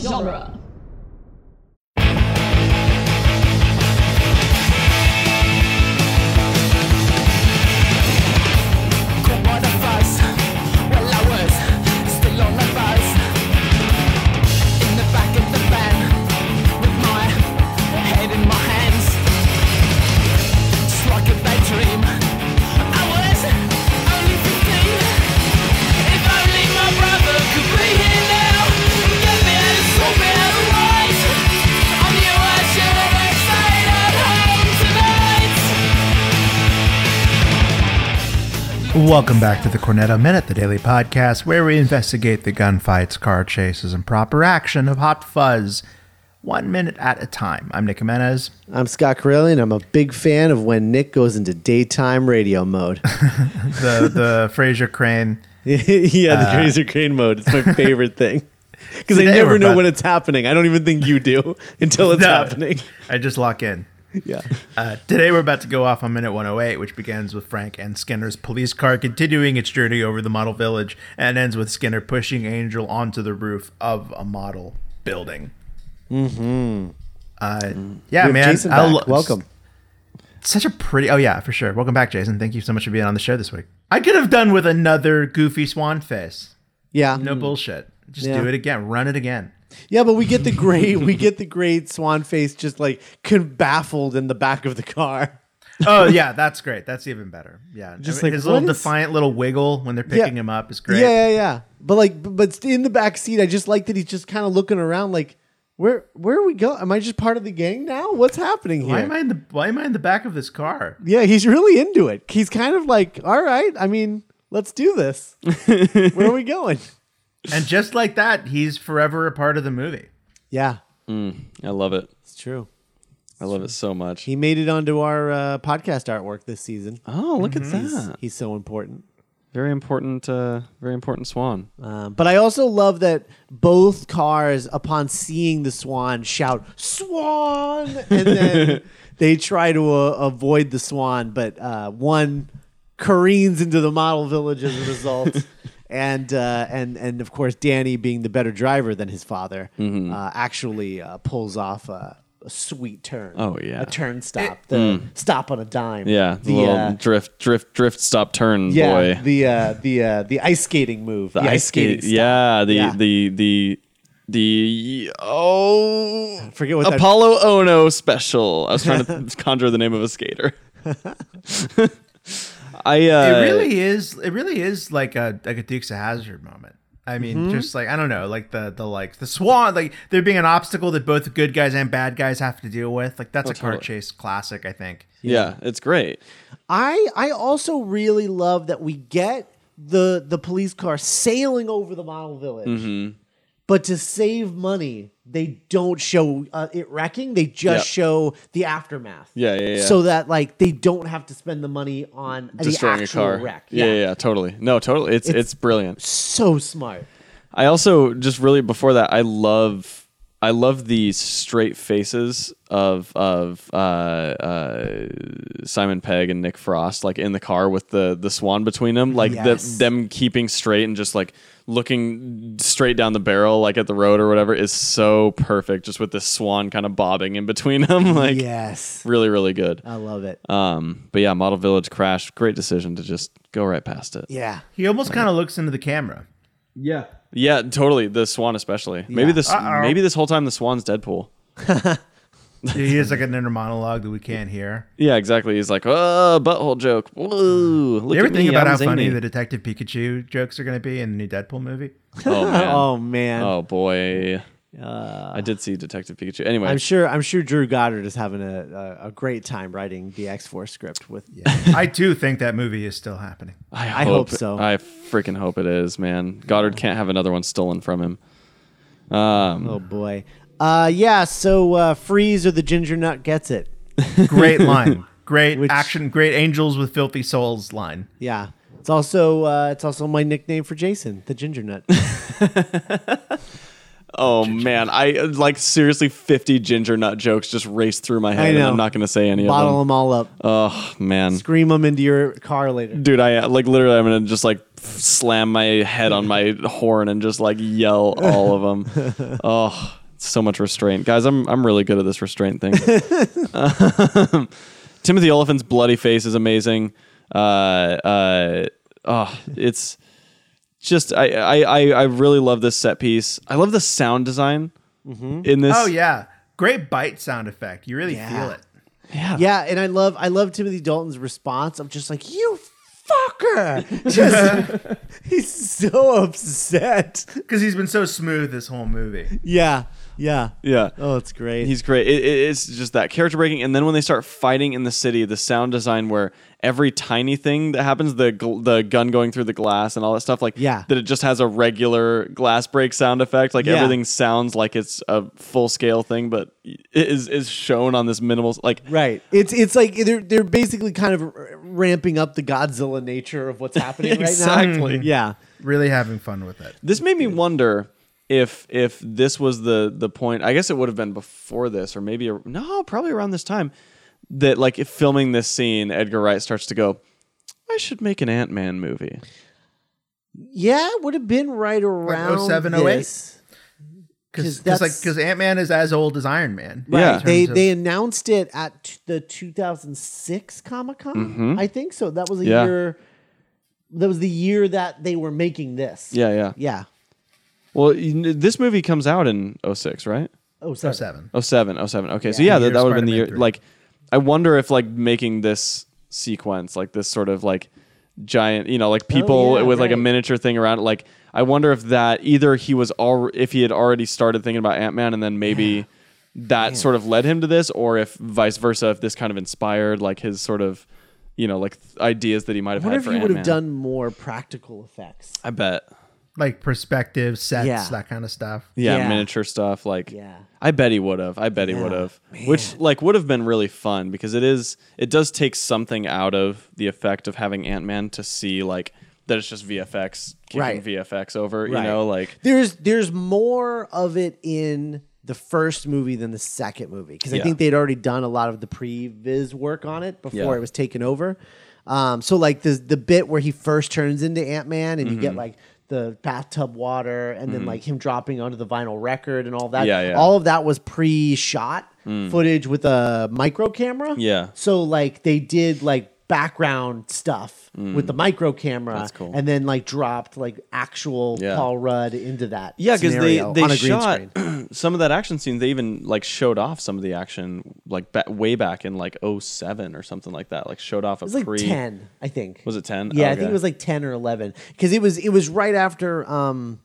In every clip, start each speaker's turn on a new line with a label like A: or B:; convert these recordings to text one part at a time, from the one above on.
A: genre.
B: Caught by the fuzz while I was still on the bus. In the back of the van with my head in my hands. Just like a bad dream. I was only 15. If only my brother could be here now. Get me out and sort me out of right. I knew I should have stayed at home tonight.
C: Welcome back to the Cornetto Minute, the daily podcast where we investigate the gunfights, car chases, and proper action of Hot Fuzz, one minute at a time. I'm Nick Jimenez.
D: I'm Scott Carelli, and I'm a big fan of when Nick goes into daytime radio mode.
C: The the Fraser Crane.
D: yeah, the Razor Crane mode. It's my favorite thing. Because I
C: Today Uh-huh. we're
D: never know
C: about-
D: when it's happening. I don't even think you do until it's
C: No.
D: happening.
C: I just lock in.
D: Yeah.
C: Uh, today we're about to go off on minute 108, which begins with Frank and Skinner's police car continuing its journey over the model village and ends with Skinner pushing Angel onto the roof of a model building. Mm-hmm. Uh, yeah,
D: We have
C: man.
D: Jason
C: I
D: back.
C: lo-
D: Welcome.
C: such a pretty oh yeah for sure welcome back jason thank you so much for being on the show this week i could have done with another goofy swan face
D: Yeah.
C: no bullshit just
D: Yeah.
C: do it again run it again
D: Yeah, but we get the great we get the great swan face just like con baffled in the back of the car.
C: oh yeah that's great that's even better yeah
D: Just
C: I mean,
D: like,
C: his little
D: what is-
C: defiant little wiggle when they're picking him up is great
D: Yeah, yeah, yeah. But like, b- but in the back seat, I just like that he's just kind of looking around, like, where, where are we going? Am I just part of the gang now? What's happening here?
C: why am i in the why am i in the back of this car
D: yeah, he's really into it. He's kind of like, all right, I mean, let's do this. where are we going?
C: and just like that he's forever a part of the movie
D: Yeah,
E: I love it.
D: it's true.
E: I love it so much.
D: He made it onto our uh, podcast artwork this season.
E: Oh, look at that!
D: He's so important.
E: Very important. Uh, very important swan.
D: Um, but I also love that both cars, upon seeing the swan, shout "swan," and then they try to uh, avoid the swan, but uh, one careens into the model village as a result. And uh, and and of course, Danny, being the better driver than his father,
E: Mm-hmm.
D: uh, actually uh, pulls off a, a sweet turn.
E: Oh, yeah. mm.
D: a turn stop, the stop on a dime.
E: Yeah, the,
D: the
E: little
D: uh,
E: drift, drift, drift, stop, turn,
D: yeah,
E: boy.
D: the uh, the uh, the ice skating move,
E: The ice skate.
D: stop.
E: Yeah, the,
D: Yeah.
E: the the the oh,
D: Forget what that-
E: Apollo Ono special. I was trying to conjure the name of a skater. I uh,
C: it really is it really is like a like a dukes of hazard moment i mean
E: Mm-hmm.
C: just like i don't know like the the like the swan like there being an obstacle that both good guys and bad guys have to deal with like that's a car
E: totally.
C: chase classic i think
E: yeah, it's great.
D: I I also really love that we get the the police car sailing over the model village,
E: Mm-hmm.
D: but to save money, they don't show uh, it wrecking. They just
E: Yep.
D: show the aftermath.
E: Yeah, yeah, yeah.
D: So that like they don't have to spend the money on
E: Destroying
D: the
E: a
D: actual
E: car.
D: wreck.
E: Yeah. yeah, yeah, totally. No, totally. It's
D: It's-
E: it's brilliant.
D: so smart.
E: I also just really before that, I love I love the straight faces of of uh, uh, Simon Pegg and Nick Frost, like in the car with the the swan between them, like
D: Yes.
E: the, them keeping straight and just like looking straight down the barrel, like at the road or whatever, is so perfect. Just with this swan kind of bobbing in between them, like
D: yes,
E: really, really good.
D: I love it.
E: Um, but yeah, Model Village crash, great decision to just go right past it.
D: yeah,
C: he almost kind of looks into the camera
E: Yeah, totally. The swan, especially. Maybe this. Maybe this whole time the swan's Deadpool.
C: he has like an inner monologue that we can't hear
E: Yeah, exactly. He's like, oh, butthole joke. Whoa,
D: Mm.
E: look
C: you ever
E: at me,
C: think about
E: I'm
C: how funny
E: zany."
C: the detective pikachu jokes are going to be in the new deadpool movie
E: Oh man.
D: Oh, man.
E: Oh boy. I did see Detective Pikachu. Anyway,
D: I'm sure. I'm sure Drew Goddard is having a a, a great time writing the X Force script with
C: i too think that movie is still happening
D: I hope so.
E: I freaking hope it is, man. Goddard can't have another one stolen from him. Um,
D: Oh boy. Uh, yeah. So uh, freeze or the ginger nut gets it.
C: great line great
D: Which-
C: action great angels with filthy souls line
D: Yeah. It's also uh, it's also my nickname for Jason, the ginger nut.
E: oh man, I uh, like seriously 50 ginger nut jokes just raced through my head. and
D: know.
E: I'm not gonna say any
D: Bottle
E: of
D: them
E: them.
D: all up.
E: Oh man.
D: Scream them into your car later.
E: Dude, I uh, like literally. I'm gonna just like slam my head on my horn and just like yell all of them. Oh, it's so much restraint, guys. I'm I'm really good at this restraint thing. Um, Timothy Oliphant's bloody face is amazing. Uh, uh, oh, it's just I, I I I really love this set piece. I love the sound design in this.
C: Oh yeah, great bite sound effect. You really
D: Yeah.
C: feel it.
D: Yeah, and I love I love Timothy Dalton's response. I'm just like, you fucker. Just he's so upset.
C: Because he's been so smooth this whole movie.
D: Yeah. Yeah.
E: yeah.
D: Oh, it's great.
E: He's great. It, it- it's just that character breaking, and then when they start fighting in the city, the sound design where every tiny thing that happens, the gl- the gun going through the glass and all that stuff, like
D: Yeah.
E: that it just has a regular glass break sound effect. Like
D: Yeah.
E: everything sounds like it's a full scale thing, but it is is shown on this minimal like
D: right. It's it's like they're they're basically kind of r- ramping up the Godzilla nature of what's happening right now.
E: Exactly.
D: Yeah.
C: Really having fun with it.
E: This made me wonder if if this was the the point. I guess it would have been before this, or maybe a, no, probably around this time. That like if filming this scene, Edgar Wright starts to go. I should make an Ant Man movie.
D: Yeah, it would have been right around
C: 07, 08?
D: this.
C: Because
D: 'Cause that's-
C: like because Ant Man is as old as Iron Man.
E: Right. Yeah.
C: In terms
D: They
C: of-
D: they announced it at t- the 2006 Comic Con, I think. So that was a
E: Mm-hmm. Yeah.
D: year. That was the year that they were making this.
E: Yeah, yeah.
D: Yeah.
E: Well, you kn- this movie comes out in 06, right?
D: Oh, sorry.
C: 07.
E: 07, 07. Oh, Okay, so
C: Yeah.
E: yeah,
C: The
E: that,
C: year
E: that would have been the
C: Spider-Man
E: year.
C: three.
E: Like, I wonder if like making this sequence, like this sort of like giant, you know, like people
D: yeah,
E: with like a
D: right.
E: miniature thing around. it, Like, I wonder if that either he was all if he had already started thinking about Ant Man, and then maybe that sort of led him to this, or if vice versa, if this kind of inspired like his sort of, you know, like th- ideas that he might have
D: I wonder
E: had
D: if
E: for
D: you would
E: Ant
D: have
E: Man.
D: done more practical effects.
E: I bet.
C: Like perspective, sets,
D: Yeah.
C: that kind of stuff.
E: yeah,
D: Yeah.
E: miniature stuff like
D: Yeah.
E: i bet he would have i bet he
D: Yeah,
E: would have which like would have been really fun because it is it does take something out of the effect of having ant-man to see like that it's just vfx kicking
D: Right.
E: vfx over you
D: Right.
E: know like
D: There's there's more of it in the first movie than the second movie because
E: Yeah.
D: I think they'd already done a lot of the pre-viz work on it before
E: Yeah.
D: it was taken over. Um, so like the the bit where he first turns into Ant Man and you
E: Mm-hmm.
D: get like the bathtub water and then like him dropping onto the vinyl record and all that.
E: Yeah, yeah.
D: All of that was pre-shot footage with a micro camera.
E: Yeah.
D: So like they did like background stuff with the micro camera
E: Mm. That's cool.
D: and then like dropped like actual
E: Yeah.
D: Paul Rudd into that.
E: yeah because they
D: scenario
E: they
D: on a green
E: shot
D: screen.
E: some of that action scenes they even like showed off some of the action like ba- way back in like 07 or something like that like showed off a
D: It was like
E: pre
D: ten, I think.
E: Was it 10?
D: Yeah, I
E: Okay.
D: think it was like ten or eleven because it was it was right after. um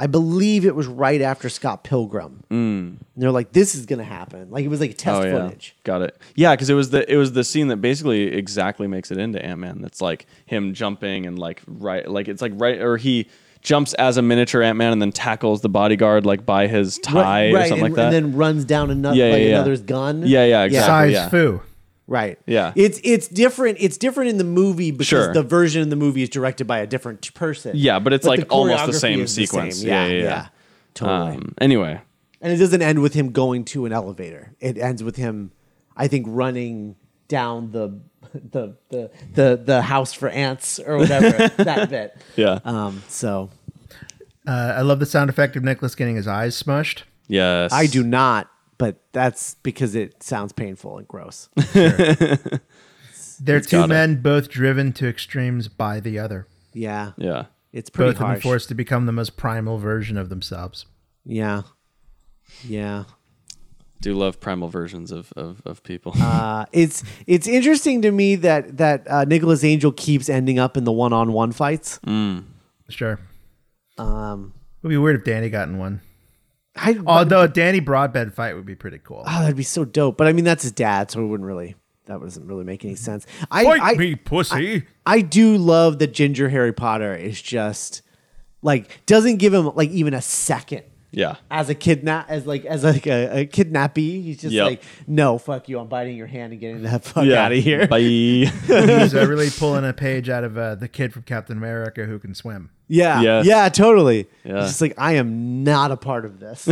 D: I believe it was right after Scott Pilgrim. Mm. And they're like, "This is gonna happen." Like it was like
E: Oh,
D: test footage.
E: Got it. Yeah, because it was the it was the scene that basically exactly makes it into Ant Man. That's like him jumping and like right like it's like right or he jumps as a miniature Ant Man and then tackles the bodyguard like by his tie or something
D: and,
E: like
D: and
E: that.
D: then runs down another
E: Yeah,
D: like
E: yeah, yeah.
D: another's gun.
E: yeah, yeah, exactly.
C: Size
E: yeah.
C: foo.
D: Right.
E: Yeah.
D: It's it's different. It's different in the movie because
E: Sure.
D: the version in the movie is directed by a different t- person.
E: Yeah, but it's like
D: the
E: almost the
D: choreography
E: same
D: is
E: sequence. Yeah, yeah, yeah.
D: Totally.
E: Um, anyway,
D: and it doesn't end with him going to an elevator. It ends with him, I think, running down the the the the, the house for ants or whatever that bit.
E: yeah,
D: Um. So
C: Uh, I love the sound effect of Nicholas getting his eyes smushed.
E: yes,
D: I do not, but that's because it sounds painful and gross.
C: They're two
E: gotta-
C: men both driven to extremes by the other.
D: Yeah.
E: Yeah,
D: It's pretty
C: Both have been
D: harsh.
C: forced to become the most primal version of themselves.
D: Yeah. Yeah.
E: do love primal versions of of, of people.
D: Uh, it's it's interesting to me that that uh, Nicholas Angel keeps ending up in the one on one fights.
C: Mm. Sure.
D: Um,
C: It would be weird if Danny got in one.
D: I,
C: Although a Danny Broadbent fight would be pretty cool.
D: oh, that'd be so dope. But I mean, that's his dad, so it wouldn't really that doesn't really make any sense. I I,
C: pussy.
D: I do love that Ginger Harry Potter is just like doesn't give him like even a second.
E: yeah,
D: As a kidnap, as like as like a, a kidnappee, he's just
E: Yep.
D: like, no, fuck you, I'm biting your hand and getting the fuck
E: yeah.
D: out of here.
E: Bye.
C: He's uh, really pulling a page out of uh, the kid from Captain America who can swim.
D: Yeah.
E: Yes.
D: Yeah, totally.
E: Yeah.
D: It's just like I am not a part of this.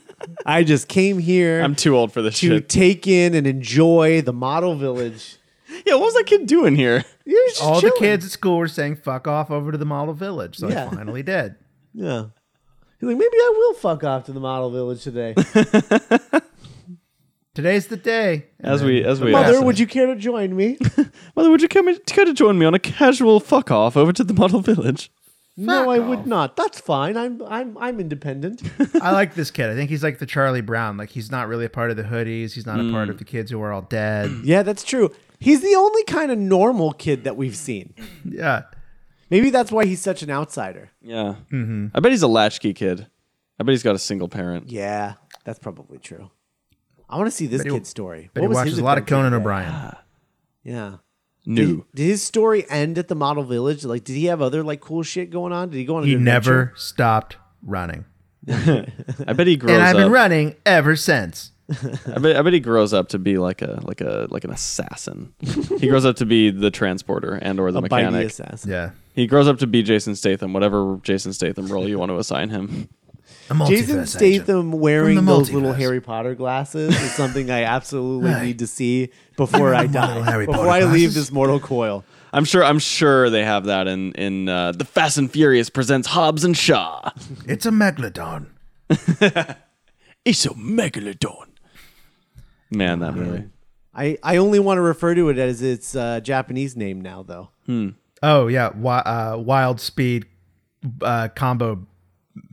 D: I just came here
E: I'm too old for this
D: to
E: shit.
D: take in and enjoy the model village.
E: Yeah, what was that kid doing here?
D: He was just
C: All
D: chilling.
C: the kids at school were saying "fuck off" over to the model village, so
D: Yeah.
C: I finally did.
D: Yeah. He's like, maybe I will fuck off to the model village today.
C: Today's the day. And
E: As we-
C: then
E: as
C: the
E: we-
C: boss
E: Mother,
D: Mother,
C: said,
D: would you care to join me?
E: Mother, would you come, and, care to join me on a casual fuck off over to the model village?
D: no, I would not. That's fine. I'm I'm I'm independent.
C: I like this kid. I think he's like the Charlie Brown. Like he's not really a part of the hoodies. He's not a part of the kids who are all dead.
D: yeah, that's true. He's the only kind of normal kid that we've seen.
C: yeah.
D: Maybe that's why he's such an outsider.
E: Yeah. Mm-hmm. I bet he's a latchkey kid. I bet he's got a single parent.
D: Yeah, that's probably true. I want to see this
C: he-
D: kid's story.
C: But
D: What
C: he
D: was
C: watches
D: his
C: a lot of
D: adventure
C: Conan
D: today?
C: O'Brien.
D: Yeah.
E: No.
D: Did, did his story end at the model village? Like, did he have other like cool shit going on? Did he go on? An
C: He
D: adventure?
C: never stopped running.
E: I bet he grows
C: and I've been
E: up.
C: running ever since.
E: I bet, I bet he grows up to be like a like a like an assassin. he grows up to be the transporter and or the
D: a bitey
E: mechanic.
D: assassin.
C: Yeah.
E: He grows up to be Jason Statham, whatever Jason Statham role you want to assign him.
C: A multiverse
D: Jason
C: agent.
D: Statham wearing
C: From the
D: those little
C: multiverse.
D: Harry Potter glasses is something I absolutely
C: Right.
D: need to see before I
C: the
D: die.
C: little Harry
D: before
C: Potter
D: I leave
C: glasses.
D: this mortal coil.
E: I'm sure I'm sure they have that in in uh, the Fast and Furious presents Hobbs and Shaw.
C: It's a megalodon.
E: It's a megalodon. Man, that movie.
D: I, I only want to refer to it as its uh, Japanese name now, though.
C: Oh yeah, wi- uh, wild speed uh, combo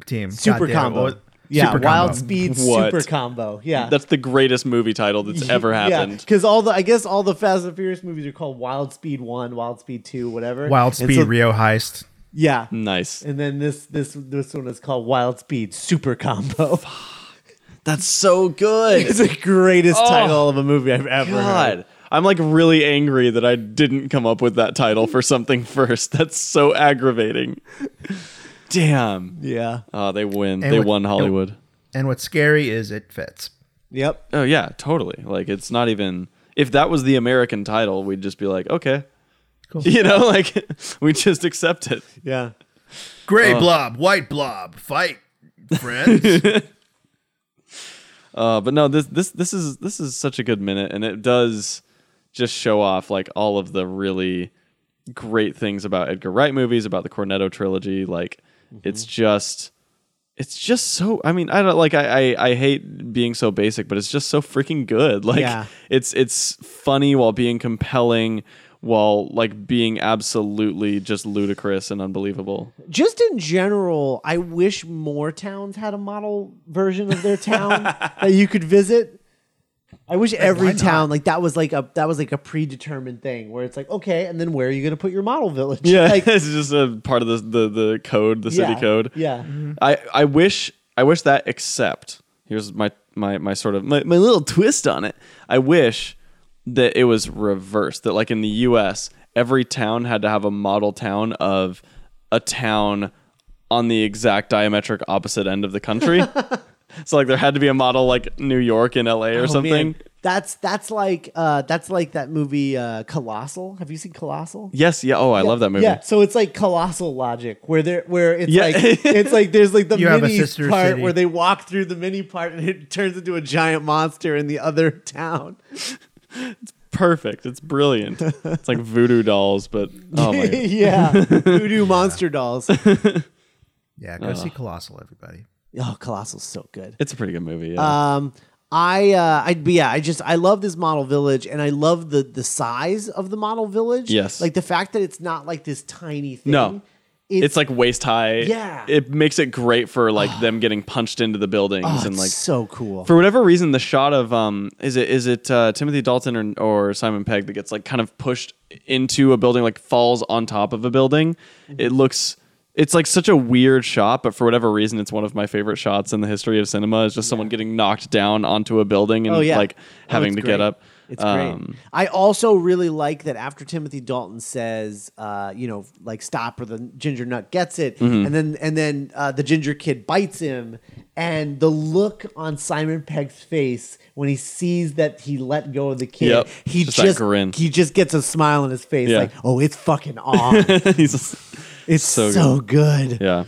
C: team.
D: Super
C: Goddamn,
D: combo.
C: what-
D: yeah,
C: super
D: wild
C: combo.
D: speed
E: What?
D: super combo. Yeah.
E: That's the greatest movie title that's ever happened.
D: Because all the I guess all the Fast and Furious movies are called Wild Speed One, Wild Speed Two, whatever.
C: Wild
D: And
C: speed
D: so-
C: Rio heist.
D: yeah.
E: Nice.
D: And then this this this one is called Wild Speed Super Combo.
E: That's so good.
D: it's the greatest
E: Oh,
D: title of a movie I've ever heard.
E: God. I'm like really angry that I didn't come up with that title for something first. That's so aggravating. Damn.
D: Yeah.
E: Oh, they win.
C: And
E: they
C: with-
E: won Hollywood.
C: And what's scary is it fits.
D: Yep.
E: Oh yeah, totally. Like it's not even if that was the American title, we'd just be like, okay. You know, like we just accept it.
D: Yeah.
C: Gray blob, white blob, fight, friends.
E: Uh, but no, this this this is this is such a good minute, and it does just show off like all of the really great things about Edgar Wright movies, about the Cornetto trilogy. Like,
D: Mm-hmm.
E: it's just it's just so. I mean, I don't like. I, I I hate being so basic, but it's just so freaking good. Like,
D: Yeah.
E: it's it's funny while being compelling, while like being absolutely just ludicrous and unbelievable.
D: Just in general, I wish more towns had a model version of their town that you could visit. I wish every town like that was like a that was like a predetermined thing where it's like okay, and then where are you going to put your model village?
E: Yeah,
D: Like,
E: it's just a part of the the, the code, the city
D: yeah,
E: code.
D: Yeah. Oh,
E: I, I wish I wish that except here's my my my sort of my, my little twist on it. I wish that it was reversed that like in the US every town had to have a model town of a town on the exact diametric opposite end of the country. so like there had to be a model like New York and LA or
D: Oh,
E: something.
D: man. That's that's like uh that's like that movie uh Colossal. Have you seen Colossal?
E: Yes, yeah. Oh, I love that movie.
D: Yeah, so it's like colossal logic where there where it's
E: Yeah.
D: like it's like there's like the
C: You have a
D: mini
C: sister
D: part
C: city.
D: where they walk through the mini part and it turns into a giant monster in the other town.
E: Perfect. It's brilliant. it's like voodoo dolls, but oh my God.
D: yeah, voodoo monster dolls.
C: yeah, go see Colossal, everybody.
D: Oh, colossal's so good.
E: It's a pretty good movie. Yeah.
D: Um, I uh, I'd be yeah. I just I love this model village, and I love the the size of the model village.
E: Yes.
D: like the fact that it's not like this tiny thing.
E: No. it's like waist high.
D: Yeah.
E: It makes it great for like them getting punched into the buildings
D: oh,
E: and
D: it's
E: like
D: so cool.
E: for whatever reason the shot of um is it is it uh, Timothy Dalton or, or Simon Pegg that gets like kind of pushed into a building like falls on top of a building.
D: Mm-hmm.
E: It looks it's like such a weird shot, but for whatever reason, it's one of my favorite shots in the history of cinema. Is just someone getting knocked down ontu a building and
D: oh yeah,
E: like
D: Oh,
E: having
D: it's
E: to
D: great.
E: get up.
D: It's
E: Um,
D: great. I also really like that after Timothy Dalton says, uh, you know, like stop or the ginger nut gets it,
E: Mm-hmm.
D: and then and then uh, the ginger kid bites him, and the look on Simon Pegg's face when he sees that he let go of the kid,
E: Yep.
D: he
E: Just
D: just,
E: that grin.
D: he just gets a smile on his face,
E: Yeah.
D: like oh, it's fucking on,
E: He's just-
D: it's
E: So
D: so, good.
E: yeah.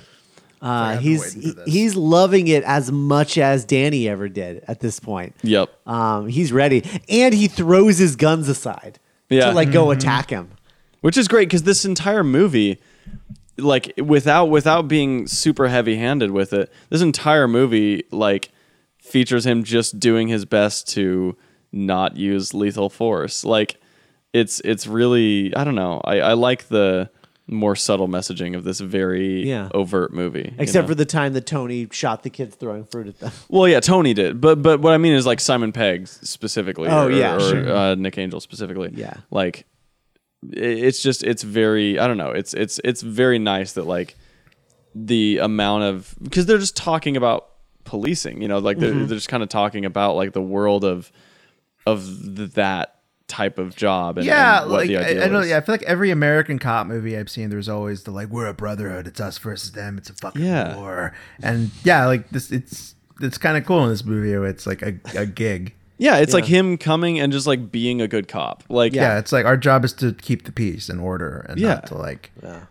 D: Uh,
C: been
D: he's
C: waiting
D: he,
C: for this.
D: he's loving it as much as Danny ever did at this point.
E: Yep.
D: Um, he's ready, and he throws his guns aside
E: Yeah.
C: Mm-hmm.
D: to like go attack him.
E: which is great because this entire movie like without without being super heavy handed with it, this entire movie like features him just doing his best to not use lethal force. Like it's it's really I don't know. I, I like the more subtle messaging of this very
D: Yeah.
E: overt movie. you
D: Except
E: know?
D: for the time that Tony shot the kids throwing fruit at them.
E: Well, yeah, Tony did, but but what I mean is like Simon Pegg specifically.
D: Oh,
E: or,
D: yeah,
E: or,
D: sure.
E: uh, Nick Angel specifically.
D: Yeah.
E: like i- it's just it's very I don't know. It's it's it's very nice that like the amount of because they're just talking about policing. You know, like
C: Mm-hmm.
E: they're, they're just kind of talking about like the world of of th- that type of job. And,
C: Yeah,
E: and what
C: like
E: the
C: I,
E: idea
C: I know.
E: was.
C: Yeah, I feel like every American cop movie I've seen, there's always the like, we're a brotherhood. It's us versus them. It's a fucking
E: Yeah.
C: war. And yeah, like this, it's it's kind of cool in this movie. where It's like a, a gig.
E: Yeah, it's like him coming and just like being a good cop. Like
C: Yeah. it's like our job is to keep the peace and order, and
E: Yeah.
C: not to like. Yeah.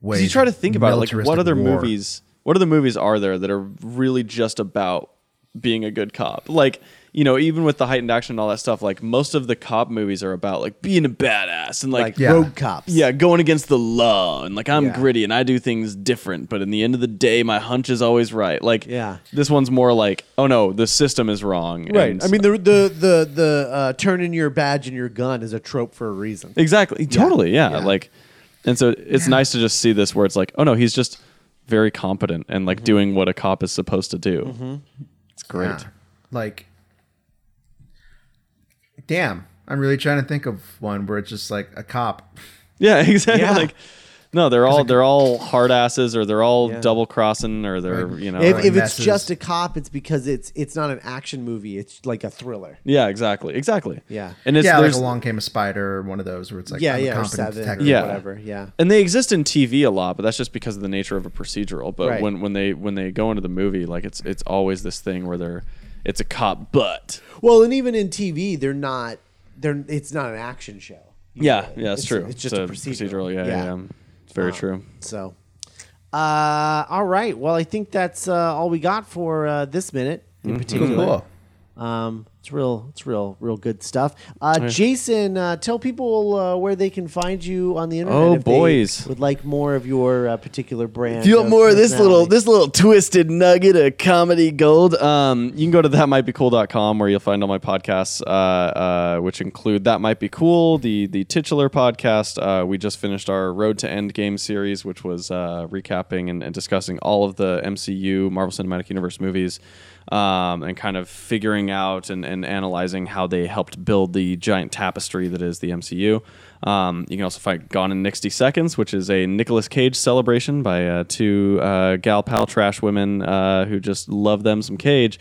E: Because you try to think about it, like what other movies, what other movies are there that are really just about being a good cop? Like you know, even with the heightened action and all that stuff, like most of the cop movies are about like being a badass and like,
D: Like
C: Yeah.
D: road cops.
E: yeah, going against the law and like I'm
D: Yeah.
E: gritty and I do things different, but in the end of the day, my hunch is always right. Like
D: Yeah.
E: this one's more like oh no, the system is wrong.
D: Right.
E: and-
D: I mean, the the the the uh, turn in your badge and your gun is a trope for a reason.
E: Exactly. Totally. Yeah.
D: Yeah.
E: Like, and so it's nice to just see this where it's like, oh no, he's just very competent and like doing what a cop is supposed to do. It's great.
C: Yeah. Like, damn, I'm really trying to think of one where it's just like a cop.
E: Yeah. exactly.
D: Yeah.
E: Like, no, they're all they're all hard asses or they're all
D: Yeah.
E: double crossing or they're you know.
D: If,
C: Right.
D: if it's
C: Messes.
D: just a cop, it's because it's it's not an action movie. It's like a thriller.
E: yeah. Exactly. Exactly.
D: Yeah.
E: And it's
C: yeah, like
E: there's
C: Along Came a Spider, or one of those where it's like
D: yeah,
C: I'm a
D: yeah, or
C: competent
D: seven,
C: detective.
D: or
E: Yeah.
D: whatever. Yeah,
E: and they exist in TV a lot, but that's just because of the nature of a procedural. But
D: Right.
E: when when they when they go into the movie, like it's it's always this thing where they're it's a cop, but
D: Well, and even in TV, they're not. They're it's not an action show.
E: yeah, yeah, it's,
D: It's-
E: true.
D: it's just a procedural. Yeah.
E: Yeah, yeah, yeah. It's very true.
D: So, uh, all right. Well, I think that's uh, all we got for uh, this minute in
E: Mm-hmm.
D: particular.
C: Cool.
D: Um, it's real, it's real, real good stuff. Uh, Jason, uh, tell people uh, where they can find you on the internet.
E: Oh,
D: if they
E: boys.
D: would like more of your uh, particular brand.
E: If you want
D: of
E: more of this little
D: personality.
E: this little twisted nugget of comedy gold, um, you can go to thatmightbecool.com where you'll find all my podcasts, uh, uh, which include That Might Be Cool, the the titular podcast. Uh, we just finished our Road to End Game series, which was uh, recapping and, and discussing all of the MCU Marvel Cinematic Universe movies. Um, and kind of figuring out and, and analyzing how they helped build the giant tapestry that is the MCU. Um, you can also find Gone in 60 Seconds, which is a Nicolas Cage celebration by uh, two uh, gal pal trash women uh, who just love them some Cage.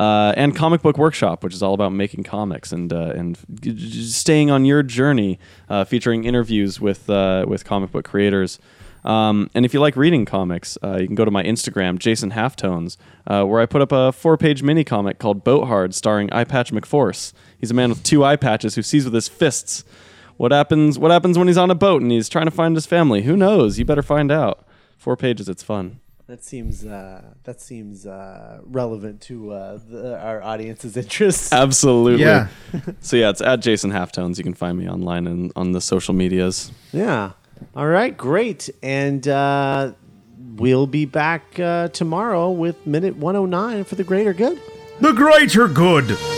E: Uh, and Comic Book Workshop, which is all about making comics and uh, and g- g- staying on your journey, uh, featuring interviews with uh, with comic book creators. Um, and if you like reading comics, uh, you can go to my Instagram, Jason Halftones, uh, where I put up a four page mini comic called Boat Hard, starring Eye Patch McForce. He's a man with two eye patches who sees with his fists. What happens What happens when he's on a boat and he's trying to find his family? Who knows? You better find out. Four pages, it's fun.
D: That seems uh, that seems uh, relevant to uh, the, our audience's interests.
E: Absolutely.
C: Yeah.
E: so, yeah, it's at Jason Halftones. You can find me online and on the social medias.
D: yeah. All right. Great. And uh, we'll be oh back uh, tomorrow with minute one hundred nine for the greater good.
C: The greater good.